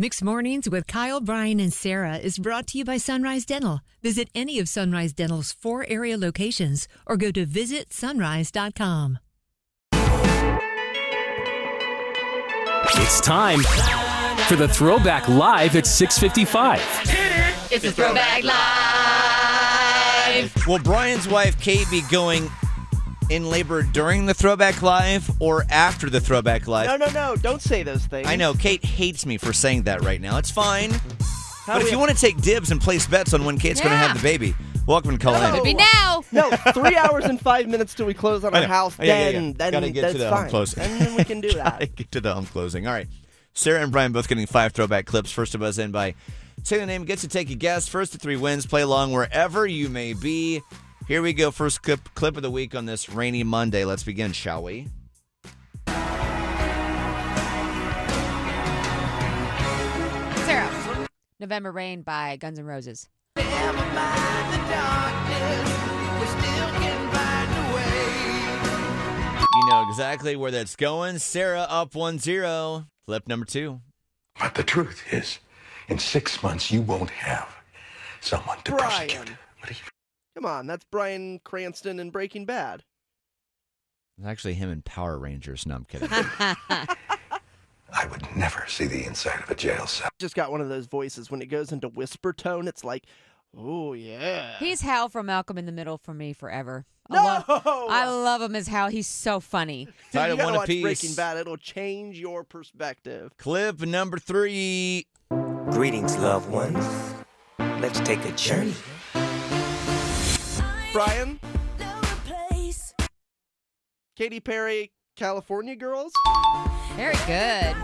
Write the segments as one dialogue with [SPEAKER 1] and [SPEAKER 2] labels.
[SPEAKER 1] Mixed Mornings with Kyle, Brian, and Sarah is brought to you by Sunrise Dental. Visit any of Sunrise Dental's four area locations or go to visitsunrise.com.
[SPEAKER 2] It's time for the Throwback Live at 6:55.
[SPEAKER 3] It's a throwback live.
[SPEAKER 4] Will Brian's wife Kate be going in labor during the Throwback Live or after the Throwback Live?
[SPEAKER 5] No, no, no! Don't say those things.
[SPEAKER 4] I know Kate hates me for saying that right now. It's fine. but if
[SPEAKER 5] we-
[SPEAKER 4] you want to take dibs and place bets on when Kate's going to
[SPEAKER 3] Yeah.
[SPEAKER 4] have the baby, welcome to call
[SPEAKER 3] Could be
[SPEAKER 4] in.
[SPEAKER 3] now.
[SPEAKER 5] No, three hours and five minutes till we close on
[SPEAKER 4] I
[SPEAKER 5] our
[SPEAKER 4] know.
[SPEAKER 5] house.
[SPEAKER 4] Yeah, yeah, yeah.
[SPEAKER 5] Then, then
[SPEAKER 4] Gotta get to
[SPEAKER 5] that's
[SPEAKER 4] the home
[SPEAKER 5] fine.
[SPEAKER 4] closing.
[SPEAKER 5] And then we can do
[SPEAKER 4] Gotta
[SPEAKER 5] that.
[SPEAKER 4] get to the home closing. All right. Sarah and Brian both getting five throwback clips. First to buzz in by saying the name, gets to take a guess. First to three wins. Play along wherever you may be. Here we go. First clip, clip of the week on this rainy Monday. Let's begin, shall we?
[SPEAKER 3] Sarah. November Rain by Guns N' Roses.
[SPEAKER 4] You know exactly where that's going. Sarah up 1 0. Clip number two.
[SPEAKER 6] But the truth is, in six months, you won't have someone to prosecute.
[SPEAKER 5] Brian.
[SPEAKER 6] What are you
[SPEAKER 5] Come on, that's Brian Cranston in Breaking Bad.
[SPEAKER 4] It's actually him in Power Rangers. No, I'm kidding.
[SPEAKER 6] I would never see the inside of a jail cell.
[SPEAKER 5] Just got one of those voices when it goes into whisper tone. It's like, oh yeah.
[SPEAKER 3] He's Hal from Malcolm in the Middle for me forever. I
[SPEAKER 5] No!
[SPEAKER 3] love- I love him as Hal. He's so funny.
[SPEAKER 5] Dude,
[SPEAKER 4] Title
[SPEAKER 5] you gotta
[SPEAKER 4] one
[SPEAKER 5] watch
[SPEAKER 4] apiece.
[SPEAKER 5] Breaking Bad. It'll change your perspective.
[SPEAKER 4] Clip number three.
[SPEAKER 7] Greetings, loved ones. Let's take a journey.
[SPEAKER 5] Brian, Katy Perry, California Girls.
[SPEAKER 3] Very good.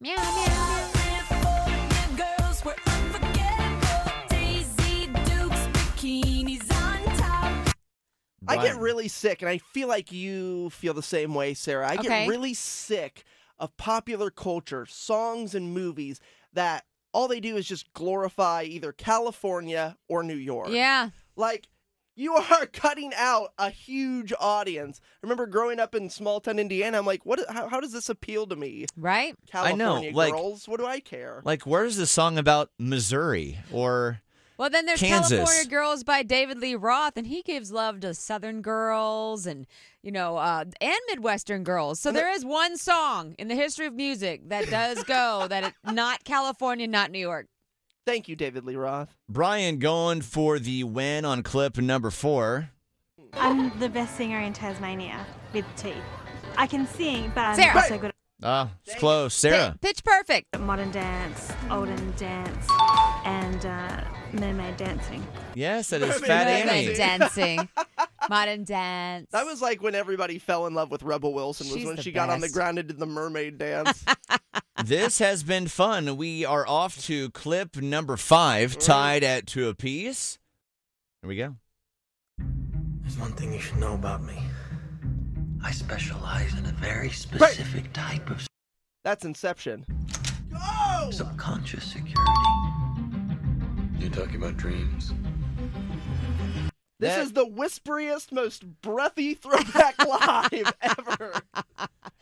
[SPEAKER 3] Meow, meow.
[SPEAKER 5] I get
[SPEAKER 4] Brian.
[SPEAKER 5] really sick, and I feel like you feel the same way, Sarah. I
[SPEAKER 3] Okay.
[SPEAKER 5] get really sick of popular culture, songs, and movies that all they do is just glorify either California or New York.
[SPEAKER 3] Yeah.
[SPEAKER 5] Like, you are cutting out a huge audience. I remember growing up in small town Indiana, I'm like, what? How, how does this appeal to me?
[SPEAKER 3] Right?
[SPEAKER 4] I know,
[SPEAKER 5] California
[SPEAKER 4] like-
[SPEAKER 5] girls, what do I care?
[SPEAKER 4] Like, where's the song about Missouri? Or
[SPEAKER 3] Well, then there's
[SPEAKER 4] Kansas.
[SPEAKER 3] California Girls by David Lee Roth, and he gives love to Southern girls and you know uh, and Midwestern girls. So there is one song in the history of music that does go that it, not California, not New York.
[SPEAKER 5] Thank you, David Lee Roth.
[SPEAKER 4] Brian going for the win on clip number four.
[SPEAKER 8] I'm the best singer in Tasmania with teeth. I can sing, but I'm
[SPEAKER 3] Sarah.
[SPEAKER 8] also good
[SPEAKER 4] Ah, it's close.
[SPEAKER 3] Pi-
[SPEAKER 4] Sarah.
[SPEAKER 3] Pitch Perfect.
[SPEAKER 8] at modern dance, olden dance, and uh, mermaid dancing.
[SPEAKER 4] Yes, that is Fat
[SPEAKER 3] Mermaid
[SPEAKER 4] Annie.
[SPEAKER 3] dancing, modern dance.
[SPEAKER 5] That was like when everybody fell in love with Rebel Wilson was
[SPEAKER 3] She's
[SPEAKER 5] when
[SPEAKER 3] the
[SPEAKER 5] she got on the
[SPEAKER 3] best.
[SPEAKER 5] ground and did the mermaid dance.
[SPEAKER 4] This has been fun. We are off to clip number five,
[SPEAKER 5] Mm-hmm.
[SPEAKER 4] tied at two apiece. Here we go.
[SPEAKER 9] There's one thing you should know about me. I specialize in a very specific type of
[SPEAKER 5] That's Inception.
[SPEAKER 9] subconscious security.
[SPEAKER 6] You're talking about dreams?
[SPEAKER 5] This
[SPEAKER 4] That-
[SPEAKER 5] is the whisperiest, most breathy throwback live ever.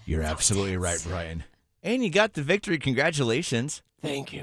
[SPEAKER 4] You're absolutely right, Brian. And you got the victory. Congratulations.
[SPEAKER 5] Thank you.